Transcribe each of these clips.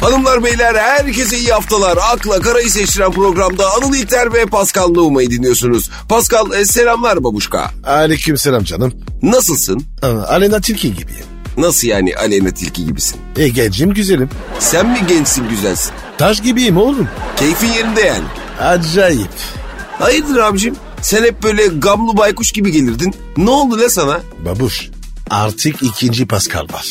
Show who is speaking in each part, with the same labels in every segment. Speaker 1: Hanımlar beyler herkese iyi haftalar. Akla karayı seçtiren programda Anıl İlter ve Pascal Nohuma'yı dinliyorsunuz. Pascal e, selamlar babuşka.
Speaker 2: Aleyküm selam canım.
Speaker 1: Nasılsın?
Speaker 2: Ama Alena Tilki gibiyim.
Speaker 1: Nasıl yani Aleyna Tilki gibisin?
Speaker 2: E gencim güzelim.
Speaker 1: Sen mi gençsin güzelsin?
Speaker 2: Taş gibiyim oğlum.
Speaker 1: Keyfin yerinde yani.
Speaker 2: Acayip.
Speaker 1: Hayırdır abicim? Sen hep böyle gamlı baykuş gibi gelirdin. Ne oldu le sana?
Speaker 2: Babuş artık ikinci Pascal var.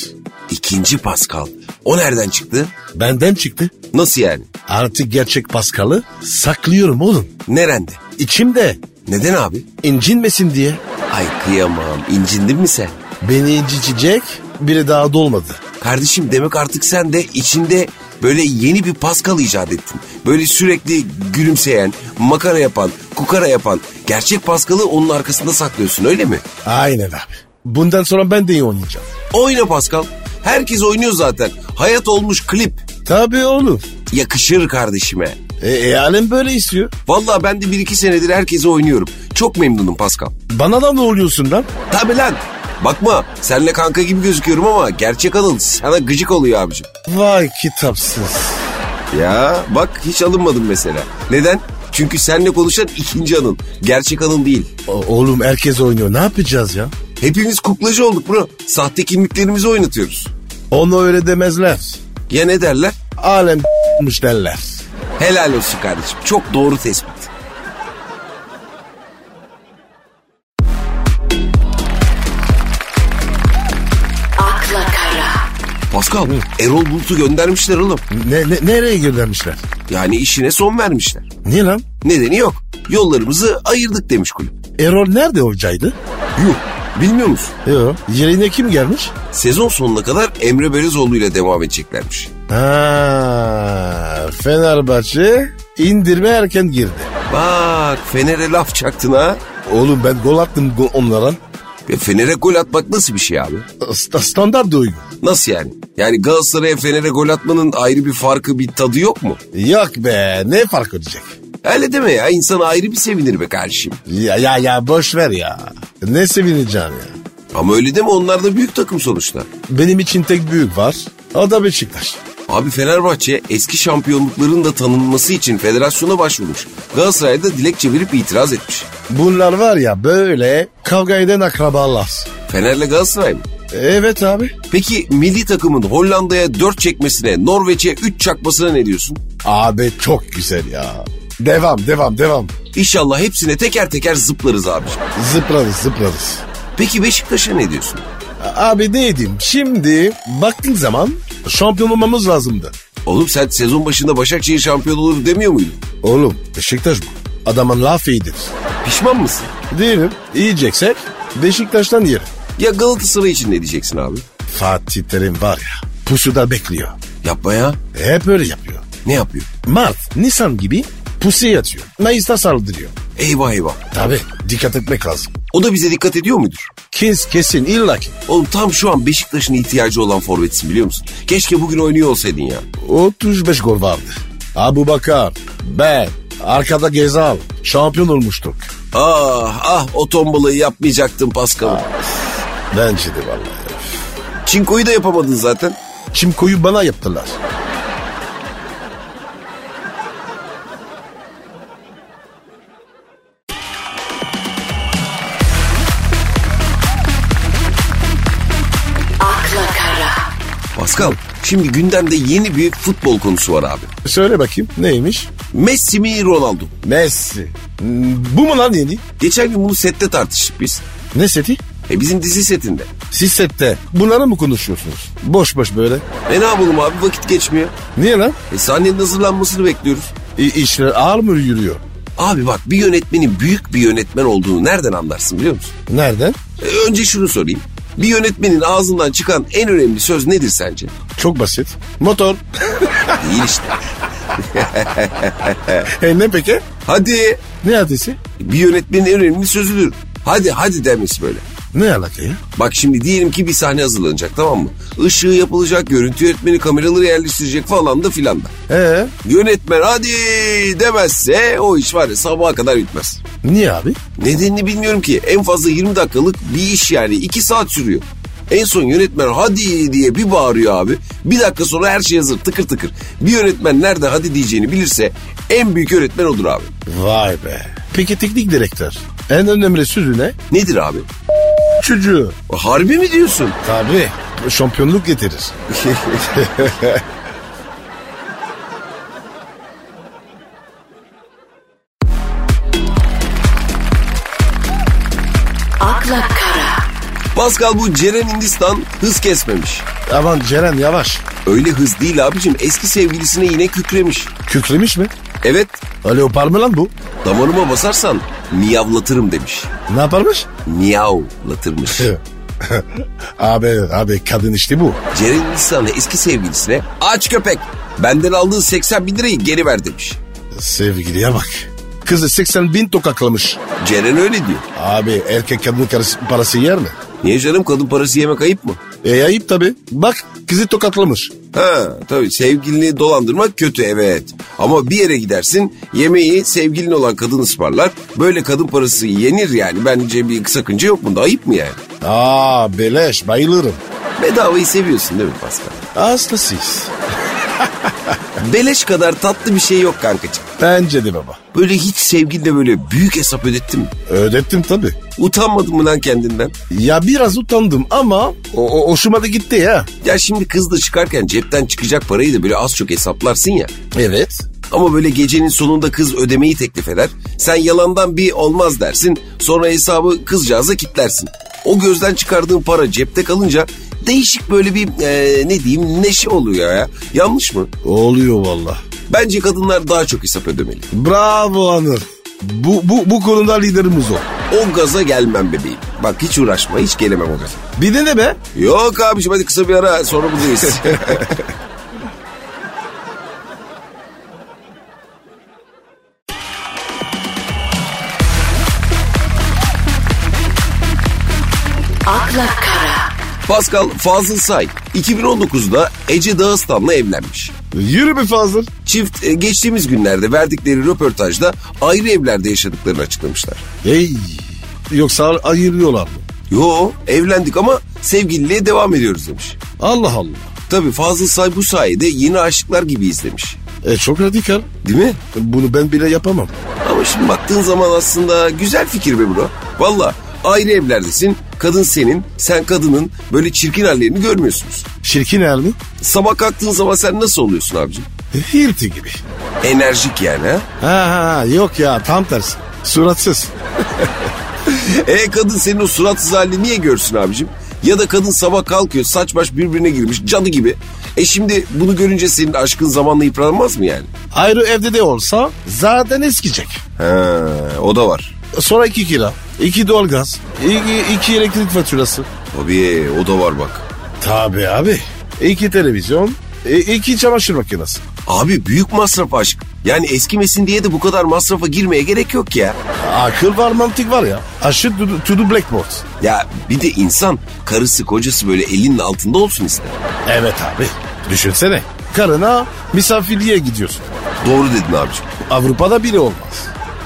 Speaker 1: İkinci Pascal. O nereden çıktı?
Speaker 2: Benden çıktı.
Speaker 1: Nasıl yani?
Speaker 2: Artık gerçek Pascal'ı saklıyorum oğlum.
Speaker 1: Nerende?
Speaker 2: İçimde
Speaker 1: Neden abi?
Speaker 2: incinmesin diye.
Speaker 1: Ay kıyamam. İncindin mi sen?
Speaker 2: Beni incitecek biri daha dolmadı.
Speaker 1: Kardeşim demek artık sen de içinde böyle yeni bir Pascal icat ettin. Böyle sürekli gülümseyen, makara yapan, kukara yapan, gerçek Pascal'ı onun arkasında saklıyorsun öyle mi?
Speaker 2: Aynen abi. Bundan sonra ben de iyi oynayacağım.
Speaker 1: Oyna Pascal. Herkes oynuyor zaten. Hayat olmuş klip.
Speaker 2: Tabii oğlum.
Speaker 1: Yakışır kardeşime.
Speaker 2: E, e alem böyle istiyor.
Speaker 1: Vallahi ben de bir iki senedir herkese oynuyorum. Çok memnunum Pascal.
Speaker 2: Bana da mı oluyorsun lan?
Speaker 1: Tabii lan. Bakma senle kanka gibi gözüküyorum ama gerçek anıl sana gıcık oluyor abicim.
Speaker 2: Vay kitapsız.
Speaker 1: Ya bak hiç alınmadım mesela. Neden? Çünkü senle konuşan ikinci anıl. Gerçek anıl değil.
Speaker 2: O- oğlum herkes oynuyor. Ne yapacağız ya?
Speaker 1: Hepimiz kuklacı olduk bro. Sahte kimliklerimizi oynatıyoruz.
Speaker 2: Onu öyle demezler.
Speaker 1: Ya ne derler?
Speaker 2: Alem ***'mış derler.
Speaker 1: Helal olsun kardeşim. Çok doğru tespit.
Speaker 3: akla kara,
Speaker 1: Pascal, Erol Bulut'u göndermişler oğlum.
Speaker 2: Ne, ne- nereye göndermişler?
Speaker 1: Yani işine son vermişler.
Speaker 2: Niye lan?
Speaker 1: Nedeni yok. Yollarımızı ayırdık demiş kulüp.
Speaker 2: Erol nerede hocaydı?
Speaker 1: Yuh, bilmiyor musun?
Speaker 2: Yo. Yerine kim gelmiş?
Speaker 1: Sezon sonuna kadar Emre Belözoğlu ile devam edeceklermiş.
Speaker 2: Ha, Fenerbahçe indirme erken girdi.
Speaker 1: Bak Fener'e laf çaktın ha.
Speaker 2: Oğlum ben gol attım go- onlara.
Speaker 1: Ya Fener'e gol atmak nasıl bir şey abi?
Speaker 2: Sta- standart da uygun.
Speaker 1: Nasıl yani? Yani Galatasaray'a Fener'e gol atmanın ayrı bir farkı bir tadı yok mu?
Speaker 2: Yok be ne fark edecek?
Speaker 1: Öyle deme ya insan ayrı bir sevinir be kardeşim.
Speaker 2: Ya ya ya boş ver ya. Ne sevineceğim ya.
Speaker 1: Ama öyle deme onlar da büyük takım sonuçta.
Speaker 2: Benim için tek büyük var. O da Beşiktaş.
Speaker 1: Abi Fenerbahçe eski şampiyonlukların da tanınması için federasyona başvurmuş. Galatasaray'da dilekçe verip itiraz etmiş.
Speaker 2: Bunlar var ya böyle kavga eden akrabalar.
Speaker 1: Fener'le Galatasaray mı?
Speaker 2: Evet abi.
Speaker 1: Peki milli takımın Hollanda'ya 4 çekmesine, Norveç'e 3 çakmasına ne diyorsun?
Speaker 2: Abi çok güzel ya. Devam devam devam.
Speaker 1: İnşallah hepsine teker teker zıplarız abiciğim.
Speaker 2: Zıplarız zıplarız.
Speaker 1: Peki Beşiktaş'a ne diyorsun?
Speaker 2: Abi ne diyeyim şimdi baktığın zaman şampiyon olmamız lazımdı.
Speaker 1: Oğlum sen sezon başında Başakşehir şampiyon olur demiyor muydun?
Speaker 2: Oğlum Beşiktaş bu. Adamın lafı iyidir.
Speaker 1: Pişman mısın?
Speaker 2: Değilim yiyeceksek Beşiktaş'tan yerim.
Speaker 1: Ya Galatasaray için ne diyeceksin abi?
Speaker 2: Fatih Terim var ya pusuda bekliyor.
Speaker 1: Yapma ya.
Speaker 2: Hep öyle yapıyor.
Speaker 1: Ne yapıyor?
Speaker 2: Mart, Nisan gibi pusuya yatıyor. Mayıs'ta saldırıyor.
Speaker 1: Eyvah eyvah.
Speaker 2: Tabi dikkat etmek lazım.
Speaker 1: O da bize dikkat ediyor mudur?
Speaker 2: Kes kesin illa ki.
Speaker 1: Oğlum tam şu an Beşiktaş'ın ihtiyacı olan forvetsin biliyor musun? Keşke bugün oynuyor olsaydın ya.
Speaker 2: 35 gol vardı. Abu Bakar, ben, arkada Gezal. Şampiyon olmuştuk.
Speaker 1: Ah ah o tombalayı yapmayacaktın Pascal.
Speaker 2: Bence de vallahi.
Speaker 1: Çinko'yu da yapamadın zaten.
Speaker 2: Çimko'yu bana yaptılar.
Speaker 3: akla kara,
Speaker 1: Pascal şimdi gündemde yeni bir futbol konusu var abi.
Speaker 2: Söyle bakayım neymiş?
Speaker 1: Messi mi Ronaldo? mu?
Speaker 2: Messi. Hmm, Bu mu lan yeni?
Speaker 1: Geçen gün bunu sette tartıştık biz.
Speaker 2: Ne seti?
Speaker 1: E bizim dizi setinde.
Speaker 2: Siz sette bunlara mı konuşuyorsunuz? Boş boş böyle.
Speaker 1: E ne yapalım abi vakit geçmiyor.
Speaker 2: Niye lan?
Speaker 1: E sahnenin hazırlanmasını bekliyoruz.
Speaker 2: İ- işler ağır mı yürüyor?
Speaker 1: Abi bak bir yönetmenin büyük bir yönetmen olduğunu nereden anlarsın biliyor musun?
Speaker 2: Nereden?
Speaker 1: E, önce şunu sorayım. Bir yönetmenin ağzından çıkan en önemli söz nedir sence?
Speaker 2: Çok basit. Motor.
Speaker 1: Değil işte.
Speaker 2: e ne peki?
Speaker 1: Hadi.
Speaker 2: Ne adresi?
Speaker 1: Bir yönetmenin en önemli sözüdür. Hadi hadi demesi böyle.
Speaker 2: Ne alaka ya?
Speaker 1: Bak şimdi diyelim ki bir sahne hazırlanacak tamam mı? Işığı yapılacak, görüntü yönetmeni kameraları yerleştirecek falan da filan da.
Speaker 2: Ee,
Speaker 1: Yönetmen hadi demezse o iş var ya sabaha kadar bitmez.
Speaker 2: niye abi?
Speaker 1: Nedenini bilmiyorum ki. En fazla 20 dakikalık bir iş yani. 2 saat sürüyor. En son yönetmen hadi diye bir bağırıyor abi. Bir dakika sonra her şey hazır tıkır tıkır. Bir yönetmen nerede hadi diyeceğini bilirse en büyük yönetmen odur abi.
Speaker 2: Vay be. Peki teknik direktör. En önemli sözü ne?
Speaker 1: Nedir abi? E,
Speaker 2: Çocuğu.
Speaker 1: Harbi mi diyorsun?
Speaker 2: Tabii. Şampiyonluk getirir.
Speaker 3: akla kara,
Speaker 1: Pascal bu Ceren Hindistan hız kesmemiş.
Speaker 2: Aman Ceren yavaş.
Speaker 1: Öyle hız değil abicim eski sevgilisine yine kükremiş.
Speaker 2: Kükremiş mi?
Speaker 1: Evet
Speaker 2: Öyle opar mı lan bu?
Speaker 1: damarıma basarsan miyavlatırım demiş.
Speaker 2: Ne yaparmış?
Speaker 1: Miyavlatırmış.
Speaker 2: abi abi kadın işte bu.
Speaker 1: Ceren Hindistan eski sevgilisine aç köpek benden aldığın 80 bin lirayı geri ver demiş.
Speaker 2: Sevgiliye bak. Kızı 80 bin tokaklamış.
Speaker 1: Ceren öyle diyor.
Speaker 2: Abi erkek kadın karısı- parası yer mi?
Speaker 1: Niye canım kadın parası yemek ayıp mı?
Speaker 2: E ayıp tabi. Bak kızı tokatlamış.
Speaker 1: Ha tabii sevgilini dolandırmak kötü evet. Ama bir yere gidersin yemeği sevgilin olan kadın ısmarlar. Böyle kadın parası yenir yani. Bence bir sakınca yok bunda ayıp mı yani?
Speaker 2: Aa beleş bayılırım.
Speaker 1: Bedavayı seviyorsun değil mi Pascal?
Speaker 2: Aslısıyız.
Speaker 1: Beleş kadar tatlı bir şey yok kankacığım.
Speaker 2: Bence de baba.
Speaker 1: Böyle hiç sevgilinle böyle büyük hesap ödettim.
Speaker 2: Ödettim tabi.
Speaker 1: Utanmadın mı lan kendinden?
Speaker 2: Ya biraz utandım ama o, o hoşuma da gitti ya.
Speaker 1: Ya şimdi kız da çıkarken cepten çıkacak parayı da böyle az çok hesaplarsın ya.
Speaker 2: Evet.
Speaker 1: Ama böyle gecenin sonunda kız ödemeyi teklif eder. Sen yalandan bir olmaz dersin. Sonra hesabı kızcağıza kitlersin. O gözden çıkardığın para cepte kalınca değişik böyle bir e, ne diyeyim neşe oluyor ya. Yanlış mı?
Speaker 2: Oluyor valla.
Speaker 1: Bence kadınlar daha çok hesap ödemeli.
Speaker 2: Bravo Anır. Bu, bu, bu konuda liderimiz o.
Speaker 1: O gaza gelmem bebeğim. Bak hiç uğraşma hiç gelemem o gaza.
Speaker 2: Bir de ne be?
Speaker 1: Yok abiciğim hadi kısa bir ara sonra buradayız.
Speaker 3: akla kara,
Speaker 1: Pascal Fazıl Say 2019'da Ece Dağıstan'la evlenmiş.
Speaker 2: Yürü be Fazıl.
Speaker 1: Çift e, geçtiğimiz günlerde verdikleri röportajda ayrı evlerde yaşadıklarını açıklamışlar.
Speaker 2: Ey. Yoksa ayırıyorlar mı?
Speaker 1: Yo evlendik ama sevgililiğe devam ediyoruz demiş.
Speaker 2: Allah Allah.
Speaker 1: Tabii Fazıl Say bu sayede yeni aşıklar gibi izlemiş.
Speaker 2: E çok radikal.
Speaker 1: Değil mi?
Speaker 2: Bunu ben bile yapamam.
Speaker 1: Ama şimdi baktığın zaman aslında güzel fikir be bro. Valla ayrı evlerdesin, kadın senin, sen kadının böyle çirkin hallerini görmüyorsunuz.
Speaker 2: Şirkin el mi?
Speaker 1: Sabah kalktığın zaman sen nasıl oluyorsun abicim?
Speaker 2: Hilti gibi.
Speaker 1: Enerjik yani ha?
Speaker 2: Ha, ha, ha, yok ya tam tersi. Suratsız.
Speaker 1: E kadın senin o suratsız halini niye görsün abicim? Ya da kadın sabah kalkıyor saç baş birbirine girmiş cadı gibi. E şimdi bunu görünce senin aşkın zamanla yıpranmaz mı yani?
Speaker 2: Ayrı evde de olsa zaten eskicek.
Speaker 1: He o da var.
Speaker 2: Sonra iki kira, iki doğalgaz, iki, iki elektrik faturası.
Speaker 1: Tabii o da var bak.
Speaker 2: Tabii abi. İki televizyon, e, iki çamaşır makinesi.
Speaker 1: Abi büyük masraf aşk. Yani eskimesin diye de bu kadar masrafa girmeye gerek yok ya.
Speaker 2: Akıl var mantık var ya. Aşı to, the- to the blackboard.
Speaker 1: Ya bir de insan karısı kocası böyle elinin altında olsun ister.
Speaker 2: Evet abi. Düşünsene. Karına misafirliğe gidiyorsun.
Speaker 1: Doğru dedin abicim.
Speaker 2: Avrupa'da bile olmaz.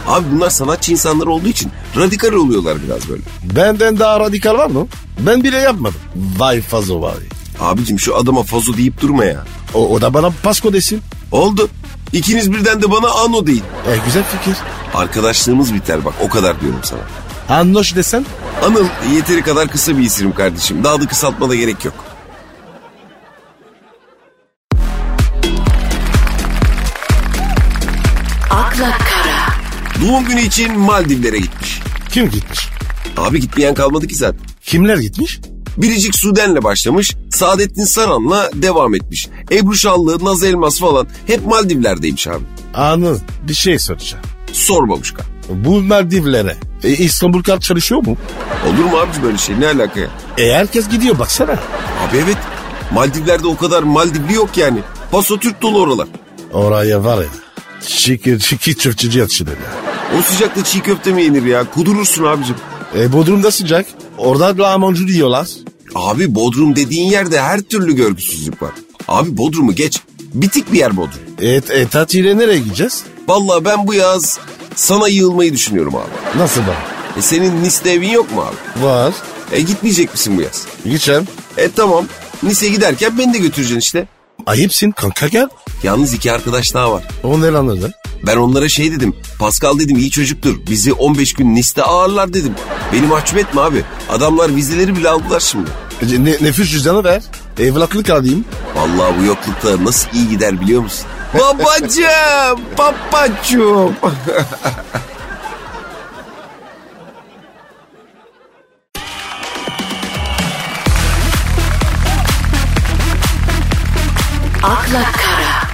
Speaker 1: Abi bunlar sanatçı insanlar olduğu için radikal oluyorlar biraz böyle.
Speaker 2: Benden daha radikal var mı? Ben bile yapmadım. Vay fazo vay.
Speaker 1: Abicim şu adama fazo deyip durma ya.
Speaker 2: O, o da bana pasko desin.
Speaker 1: Oldu. İkiniz birden de bana ano deyin.
Speaker 2: E, güzel fikir.
Speaker 1: Arkadaşlığımız biter bak o kadar diyorum sana.
Speaker 2: Anloş desen.
Speaker 1: Anıl yeteri kadar kısa bir isim kardeşim. Daha da kısaltmana gerek yok.
Speaker 3: akla kara,
Speaker 1: Doğum günü için Maldivlere gitmiş.
Speaker 2: Kim gitmiş?
Speaker 1: Abi gitmeyen kalmadı ki zaten.
Speaker 2: Kimler gitmiş?
Speaker 1: Biricik Suden'le başlamış, Saadettin Saran'la devam etmiş. Ebru Şallı, Naz Elmas falan hep Maldivler'deymiş abi.
Speaker 2: Anı bir şey soracağım.
Speaker 1: Sormamış kan.
Speaker 2: Bu Maldivlere e, İstanbul kart çalışıyor mu?
Speaker 1: Olur mu abici böyle şey ne alaka ya?
Speaker 2: E herkes gidiyor baksana.
Speaker 1: Abi evet Maldivler'de o kadar Maldivli yok yani. Paso Türk dolu oralar.
Speaker 2: Oraya var ya. Çiki çiki çöpçücü yatışıdır ya.
Speaker 1: O sıcakta çiğ köfte mi yenir ya? Kudurursun abicim.
Speaker 2: E Bodrum'da sıcak. Orada lahmacun yiyorlar.
Speaker 1: Abi Bodrum dediğin yerde her türlü görgüsüzlük var. Abi Bodrum'u geç. Bitik bir yer Bodrum.
Speaker 2: E, e tatile nereye gideceğiz?
Speaker 1: Vallahi ben bu yaz sana yığılmayı düşünüyorum abi.
Speaker 2: Nasıl var?
Speaker 1: E senin Nice'de evin yok mu abi?
Speaker 2: Var.
Speaker 1: E gitmeyecek misin bu yaz?
Speaker 2: Gideceğim.
Speaker 1: E tamam liseye giderken beni de götüreceksin işte.
Speaker 2: Ayıpsın kanka gel.
Speaker 1: Yalnız iki arkadaş daha var.
Speaker 2: O ne lan öyle?
Speaker 1: Ben onlara şey dedim. Pascal dedim iyi çocuktur. Bizi 15 gün Nice'de ağırlar dedim. Beni mahcup etme abi. Adamlar vizeleri bile aldılar şimdi.
Speaker 2: E, Ne, nefis cüzdanı ver. Evlaklık alayım.
Speaker 1: Vallahi bu yoklukta nasıl iyi gider biliyor musun? Babacım, babacım.
Speaker 3: akla kara,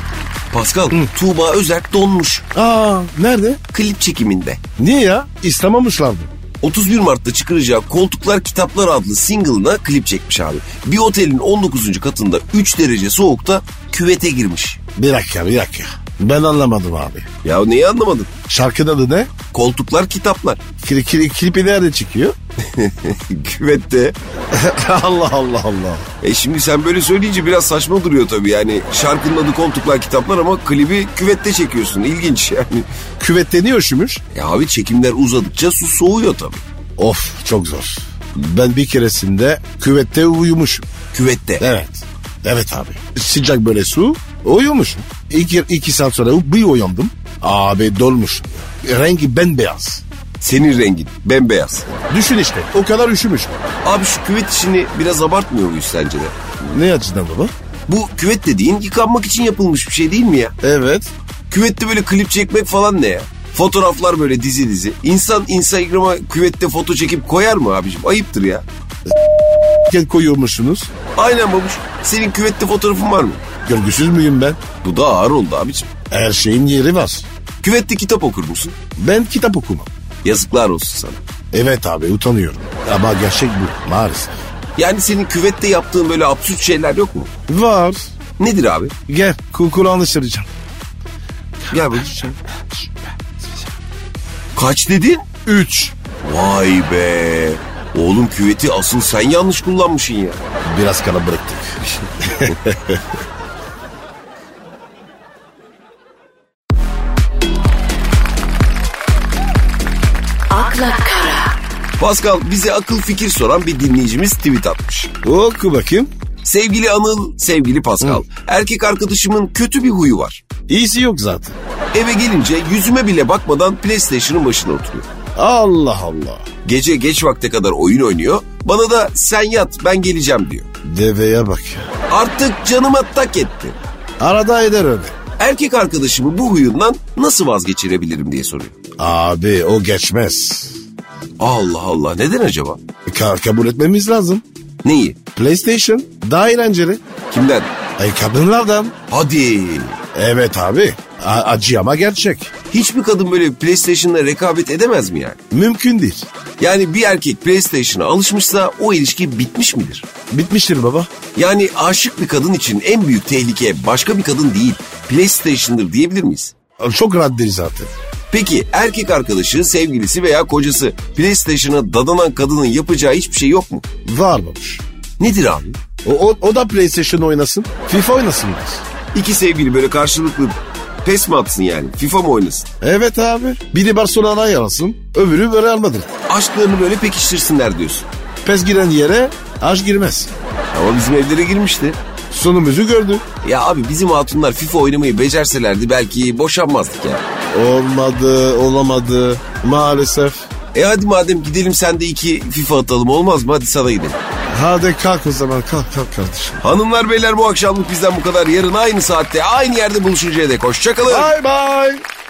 Speaker 1: Pascal, Tuğba Özerk donmuş.
Speaker 2: Aa nerede?
Speaker 1: Klip çekiminde.
Speaker 2: Niye ya? İslamamışlardı.
Speaker 1: 31 Mart'ta çıkaracağı Koltuklar Kitaplar adlı single'ına klip çekmiş abi. Bir otelin 19. katında 3 derece soğukta küvete girmiş.
Speaker 2: Bir dakika bir dakika. Ben anlamadım abi.
Speaker 1: Ya neyi anlamadın?
Speaker 2: Şarkının adı ne?
Speaker 1: Koltuklar kitaplar.
Speaker 2: Kli, kli, klipi nerede çıkıyor?
Speaker 1: Küvette.
Speaker 2: Allah Allah Allah.
Speaker 1: E şimdi sen böyle söyleyince biraz saçma duruyor tabii yani. Şarkının adı Koltuklar Kitaplar ama klibi küvette çekiyorsun. İlginç yani.
Speaker 2: Küvette niye üşümüş?
Speaker 1: Ya abi çekimler uzadıkça su soğuyor tabii.
Speaker 2: Of çok zor. Ben bir keresinde küvette uyumuşum.
Speaker 1: Küvette.
Speaker 2: Evet. Evet abi. Sıcak böyle su. Uyumuşum. İki, iki saat sonra bir uyandım. Abi dolmuş. Rengi bembeyaz.
Speaker 1: Senin rengin bembeyaz.
Speaker 2: Düşün işte o kadar üşümüş.
Speaker 1: Abi şu küvet işini biraz abartmıyor muyuz sence de?
Speaker 2: Ne açıdan baba?
Speaker 1: Bu küvet dediğin yıkanmak için yapılmış bir şey değil mi ya?
Speaker 2: Evet.
Speaker 1: Küvette böyle klip çekmek falan ne ya? Fotoğraflar böyle dizi dizi. İnsan Instagram'a küvette foto çekip koyar mı abicim? Ayıptır ya.
Speaker 2: Ken koyuyormuşsunuz.
Speaker 1: Aynen babuş. Senin küvette fotoğrafın var mı?
Speaker 2: Görgüsüz müyüm ben?
Speaker 1: Bu da ağır oldu abicim.
Speaker 2: Her şeyin yeri var.
Speaker 1: Küvette kitap okur musun?
Speaker 2: Ben kitap okumam.
Speaker 1: Yazıklar olsun sana.
Speaker 2: Evet abi utanıyorum. Ama gerçek bu maalesef.
Speaker 1: Yani senin küvette yaptığın böyle absürt şeyler yok mu?
Speaker 2: Var.
Speaker 1: Nedir abi?
Speaker 2: Gel ku- Kur'an'ı sıracağım.
Speaker 1: Gel babuş. Kaç dedin?
Speaker 2: Üç.
Speaker 1: Vay be. Oğlum küveti asıl sen yanlış kullanmışsın ya.
Speaker 2: Biraz kalabalıktık.
Speaker 3: akla kara,
Speaker 1: Pascal bize akıl fikir soran bir dinleyicimiz tweet atmış.
Speaker 2: Oku bakayım.
Speaker 1: Sevgili Anıl, sevgili Pascal. Erkek arkadaşımın kötü bir huyu var.
Speaker 2: İyisi yok zaten.
Speaker 1: Eve gelince yüzüme bile bakmadan PlayStation'ın başına oturuyor.
Speaker 2: Allah Allah.
Speaker 1: Gece geç vakte kadar oyun oynuyor. Bana da sen yat ben geleceğim diyor.
Speaker 2: Deveye bak ya.
Speaker 1: Artık canıma tak etti.
Speaker 2: Arada eder öyle.
Speaker 1: Erkek arkadaşımı bu huyundan nasıl vazgeçirebilirim diye soruyor.
Speaker 2: Abi o geçmez.
Speaker 1: Allah Allah neden acaba?
Speaker 2: Ka- kabul etmemiz lazım.
Speaker 1: Neyi?
Speaker 2: PlayStation daha eğlenceli.
Speaker 1: Kimden?
Speaker 2: Ay kadınlardan.
Speaker 1: Hadi.
Speaker 2: Evet abi. A- acı ama gerçek.
Speaker 1: Hiçbir kadın böyle PlayStation'la rekabet edemez mi yani?
Speaker 2: Mümkün değil.
Speaker 1: Yani bir erkek PlayStation'a alışmışsa o ilişki bitmiş midir?
Speaker 2: Bitmiştir baba.
Speaker 1: Yani aşık bir kadın için en büyük tehlike başka bir kadın değil, PlayStation'dır diyebilir miyiz?
Speaker 2: Çok raddeli zaten.
Speaker 1: Peki erkek arkadaşı, sevgilisi veya kocası PlayStation'a dadanan kadının yapacağı hiçbir şey yok mu?
Speaker 2: Var babuş.
Speaker 1: Nedir abi?
Speaker 2: O, o, o da PlayStation oynasın. FIFA oynasın biraz.
Speaker 1: İki sevgili böyle karşılıklı pes mi atsın yani? FIFA mı oynasın?
Speaker 2: Evet abi. Biri Barcelona'ya yarasın. Öbürü Real Madrid.
Speaker 1: Aşklarını böyle pekiştirsinler diyorsun.
Speaker 2: Pes giren yere aç girmez.
Speaker 1: Ama bizim evlere girmişti.
Speaker 2: Sonumuzu gördü.
Speaker 1: Ya abi bizim hatunlar FIFA oynamayı becerselerdi belki boşanmazdık ya.
Speaker 2: Olmadı, olamadı. Maalesef.
Speaker 1: E hadi madem gidelim sen de iki FIFA atalım olmaz mı? Hadi sana gidelim.
Speaker 2: Hadi kalk o zaman. Kalk kalk kardeşim.
Speaker 1: Hanımlar beyler bu akşamlık bizden bu kadar. Yarın aynı saatte aynı yerde buluşuncaya dek hoşçakalın.
Speaker 2: Bye bye.